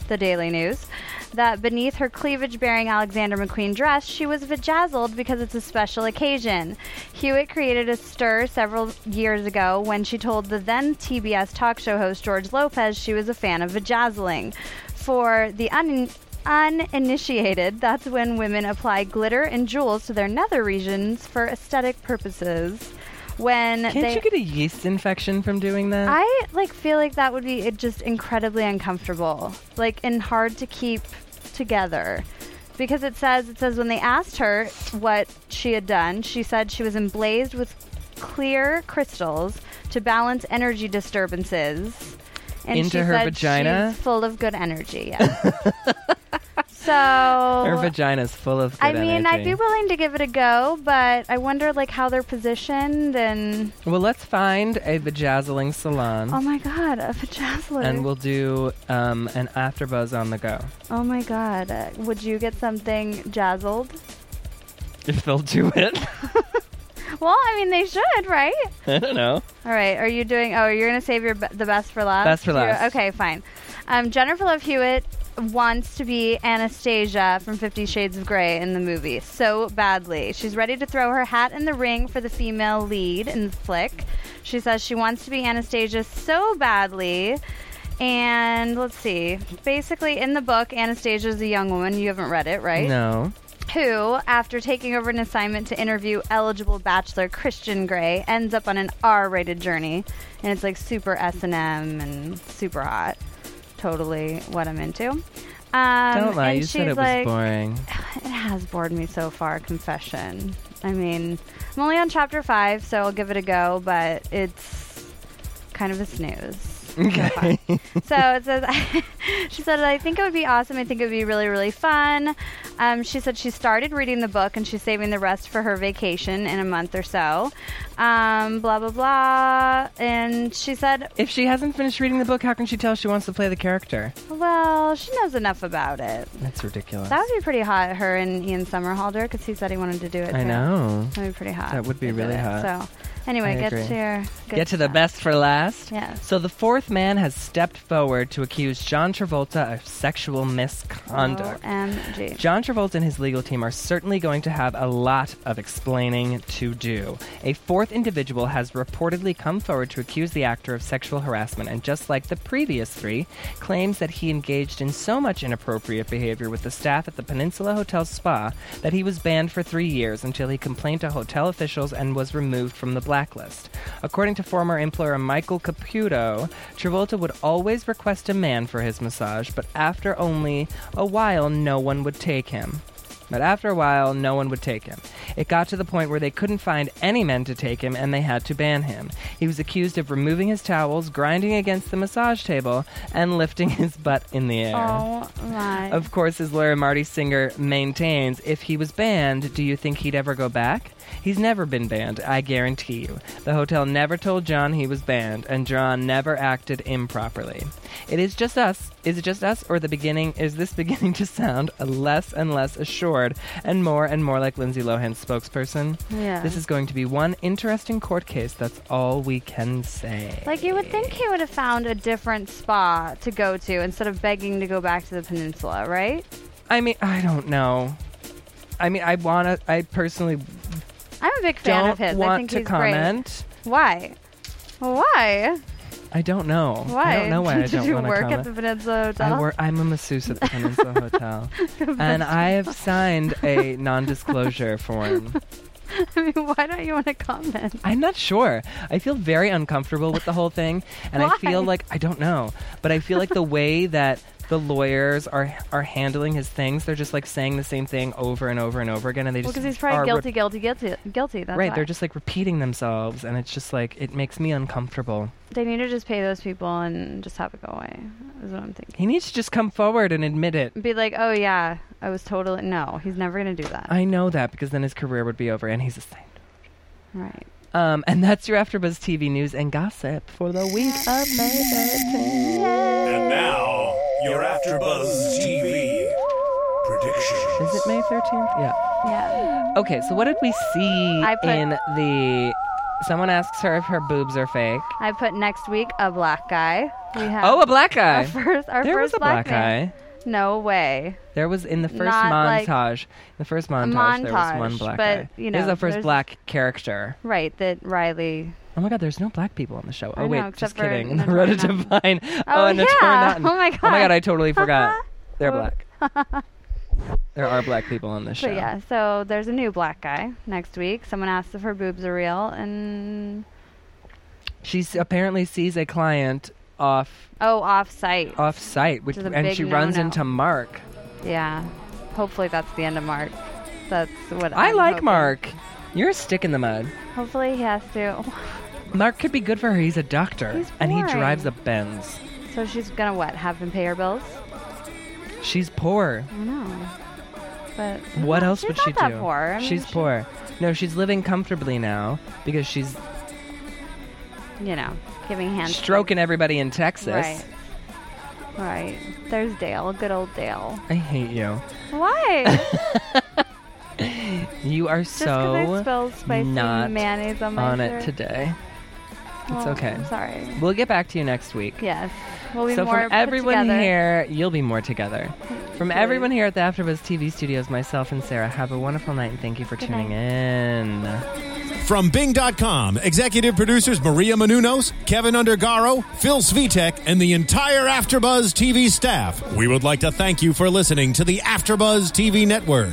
Speaker 3: the Daily News, that beneath her cleavage-bearing Alexander McQueen dress, she was vajazzled because it's a special occasion. Hewitt created a stir several years ago when she told the then TBS talk show host George Lopez she was a fan of vajazzling. For the un- uninitiated, that's when women apply glitter and jewels to their nether regions for aesthetic purposes. when
Speaker 2: Can't
Speaker 3: they
Speaker 2: you get a yeast infection from doing that?
Speaker 3: I like feel like that would be it just incredibly uncomfortable, like and hard to keep together, because it says it says when they asked her what she had done, she said she was emblazed with clear crystals to balance energy disturbances. And she
Speaker 2: Into her
Speaker 3: said
Speaker 2: vagina?
Speaker 3: she's full of good energy. Yeah. so
Speaker 2: Her vagina's full of. Good
Speaker 3: I mean, I'd
Speaker 2: energy.
Speaker 3: be willing to give it a go, but I wonder like how they're positioned and
Speaker 2: Well, let's find a bejazzling salon,
Speaker 3: oh my god, a vajazzler.
Speaker 2: and we'll do um, an afterbuzz on the go.
Speaker 3: Oh my god. Uh, would you get something jazzled?
Speaker 2: If they'll do it,
Speaker 3: Well, I mean, they should, right?
Speaker 2: I don't know.
Speaker 3: All right. Are you doing. Oh, you're going to save your be- the best for last?
Speaker 2: Best for
Speaker 3: You're-
Speaker 2: last.
Speaker 3: Okay, fine. Um, Jennifer Love Hewitt wants to be Anastasia from Fifty Shades of Grey in the movie so badly. She's ready to throw her hat in the ring for the female lead in the flick. She says she wants to be Anastasia so badly. And let's see. Basically, in the book, Anastasia is a young woman. You haven't read it, right?
Speaker 2: No.
Speaker 3: who, after taking over an assignment to interview eligible bachelor Christian Grey, ends up on an R-rated journey, and it's like super S and M and super hot. Totally what I'm into. Um,
Speaker 2: don't lie.
Speaker 3: and
Speaker 2: You said
Speaker 3: she's
Speaker 2: it was
Speaker 3: like-
Speaker 2: boring.
Speaker 3: It has bored me so far. Confession. I mean, I'm only on chapter five, so I'll give it a go, but it's kind of a snooze.
Speaker 2: Okay.
Speaker 3: So it says, she said, I think it would be awesome. I think it would be really, really fun. Um, she said she started reading the book and she's saving the rest for her vacation in a month or so. Um, blah, blah, blah. And she said,
Speaker 2: If she hasn't finished reading the book, how can she tell she wants to play the character?
Speaker 3: well, she knows enough about it.
Speaker 2: That's ridiculous.
Speaker 3: That would be pretty hot, her and Ian Somerhalder, because he said he wanted to do it.
Speaker 2: I
Speaker 3: too.
Speaker 2: know.
Speaker 3: That'd be pretty hot.
Speaker 2: That would be
Speaker 3: if they did
Speaker 2: really
Speaker 3: it.
Speaker 2: hot.
Speaker 3: So, anyway,
Speaker 2: I
Speaker 3: get
Speaker 2: agree.
Speaker 3: to your good
Speaker 2: Get to the best for last.
Speaker 3: Yes.
Speaker 2: So the fourth man has stepped forward to accuse John Travolta of sexual misconduct.
Speaker 3: OMG.
Speaker 2: John Travolta and his legal team are certainly going to have a lot of explaining to do. A fourth individual has reportedly come forward to accuse the actor of sexual harassment and, just like the previous three, claims that he engaged in so much inappropriate behavior with the staff at the Peninsula Hotel Spa that he was banned for three years until he complained to hotel officials and was removed from the blacklist. According to former employer Michael Caputo, Travolta would always request a man for his massage, but after only a while, no one would take him. But after a while, no one would take him. It got to the point where they couldn't find any men to take him and they had to ban him. He was accused of removing his towels, grinding against the massage table, and lifting his butt in the air.
Speaker 3: Oh my.
Speaker 2: Of course, his lawyer Marty Singer maintains if he was banned, do you think he'd ever go back? He's never been banned, I guarantee you. The hotel never told John he was banned, and John never acted improperly. It is just us. Is it just us, or the beginning? Is this beginning to sound less and less assured, and more and more like Lindsay Lohan's spokesperson?
Speaker 3: Yeah.
Speaker 2: This is going to be one interesting court case. That's all we can say.
Speaker 3: Like you would think he would have found a different spa to go to instead of begging to go back to the peninsula, right?
Speaker 2: I mean, I don't know. I mean, I wanna. I personally
Speaker 3: I'm a big fan
Speaker 2: don't
Speaker 3: of his.
Speaker 2: want
Speaker 3: I think
Speaker 2: to
Speaker 3: he's
Speaker 2: comment.
Speaker 3: Great. Why? Why?
Speaker 2: I don't know.
Speaker 3: Why?
Speaker 2: I don't know why I
Speaker 3: Did
Speaker 2: don't
Speaker 3: you
Speaker 2: want to
Speaker 3: work
Speaker 2: comment.
Speaker 3: at the Peninsula Hotel?
Speaker 2: I work. I'm a masseuse at the Peninsula Hotel, and I have signed a non-disclosure form.
Speaker 3: I mean, why don't you want to comment?
Speaker 2: I'm not sure. I feel very uncomfortable with the whole thing, and I feel
Speaker 3: Why?
Speaker 2: like I don't know, but I feel like the way that the lawyers are are handling his things, they're just like saying the same thing over and over and over again, and they
Speaker 3: Well,
Speaker 2: just
Speaker 3: because he's
Speaker 2: are
Speaker 3: probably
Speaker 2: re-
Speaker 3: guilty, guilty, guilty, guilty. That's
Speaker 2: right,
Speaker 3: why.
Speaker 2: they're just like repeating themselves, and it's just like it makes me uncomfortable.
Speaker 3: They need to just pay those people and just have it go away. Is what I'm thinking.
Speaker 2: He needs to just come forward and admit it.
Speaker 3: Be like, oh yeah, I was totally no. He's never gonna do that.
Speaker 2: I know that because then his career would be over, and he's a saint.
Speaker 3: Right.
Speaker 2: Um, and that's your AfterBuzz TV news and gossip for the week of May 13th.
Speaker 6: And now, your AfterBuzz TV predictions.
Speaker 2: Is it May 13th? Yeah.
Speaker 3: Yeah.
Speaker 2: Okay, so what did we see
Speaker 3: I put-
Speaker 2: in the? Someone asks her if her boobs are fake.
Speaker 3: I put next week a black guy. We have
Speaker 2: Oh, a black guy.
Speaker 3: Our first, our
Speaker 2: there
Speaker 3: first
Speaker 2: was a black
Speaker 3: man.
Speaker 2: guy.
Speaker 3: No way.
Speaker 2: There was in the first
Speaker 3: Not like-
Speaker 2: montage. in the first montage, there was one
Speaker 3: montage,
Speaker 2: black
Speaker 3: but,
Speaker 2: guy.
Speaker 3: you
Speaker 2: this is
Speaker 3: know,
Speaker 2: the first
Speaker 3: there's-
Speaker 2: black character.
Speaker 3: Right, that Riley.
Speaker 2: Oh my God, there's no black people on the show.
Speaker 3: I
Speaker 2: Oh wait,
Speaker 3: know,
Speaker 2: just
Speaker 3: except for
Speaker 2: kidding.
Speaker 3: Natura
Speaker 2: Loretta
Speaker 3: Nutton.
Speaker 2: Devine.
Speaker 3: Oh,
Speaker 2: and Natura
Speaker 3: yeah.
Speaker 2: Nutton. Oh
Speaker 3: Oh my
Speaker 2: my
Speaker 3: God.
Speaker 2: God, I totally forgot. They're black. There are black people on this show.
Speaker 3: But yeah, so there's a new black guy next week. Someone asks if her boobs are real, and
Speaker 2: She s- apparently sees a client off
Speaker 3: oh, off site.
Speaker 2: off site, which
Speaker 3: Which is a
Speaker 2: and
Speaker 3: big
Speaker 2: she runs
Speaker 3: no-no.
Speaker 2: into Mark.
Speaker 3: Yeah. Hopefully that's the end of Mark. That's what
Speaker 2: I
Speaker 3: I'm
Speaker 2: like
Speaker 3: hoping.
Speaker 2: Mark. You're a stick in the mud.
Speaker 3: Hopefully he has to.
Speaker 2: Mark could be good for her. He's a doctor,
Speaker 3: He's
Speaker 2: and he
Speaker 3: boring.
Speaker 2: drives a Benz.
Speaker 3: So she's gonna what? Have him pay her bills?
Speaker 2: She's poor.
Speaker 3: I know. But
Speaker 2: What else
Speaker 3: Mm-hmm.
Speaker 2: would
Speaker 3: she's not
Speaker 2: she
Speaker 3: that
Speaker 2: do?
Speaker 3: Poor. I mean,
Speaker 2: she's
Speaker 3: she-
Speaker 2: poor. No, she's living comfortably now because she's
Speaker 3: You know, giving hands.
Speaker 2: stroking everybody in Texas.
Speaker 3: Right. Right. There's Dale. Good old Dale.
Speaker 2: I hate you.
Speaker 3: Why?
Speaker 2: You are
Speaker 3: Just 'cause I
Speaker 2: so
Speaker 3: spilled spicy
Speaker 2: not
Speaker 3: mayonnaise on my
Speaker 2: it
Speaker 3: shirt.
Speaker 2: today. It's
Speaker 3: Oh,
Speaker 2: okay.
Speaker 3: I'm sorry.
Speaker 2: We'll get back to you next week.
Speaker 3: yes. We'll be
Speaker 2: so
Speaker 3: more
Speaker 2: from everyone
Speaker 3: put together.
Speaker 2: here, you'll be more together. From everyone here at the AfterBuzz TV studios, myself and Sarah, have a wonderful night and thank you for tuning in.
Speaker 1: From Bing.com, executive producers Maria Manunos, Kevin Undergaro, Phil Svitek, and the entire Afterbuzz TV staff, we would like to thank you for listening to the Afterbuzz TV network.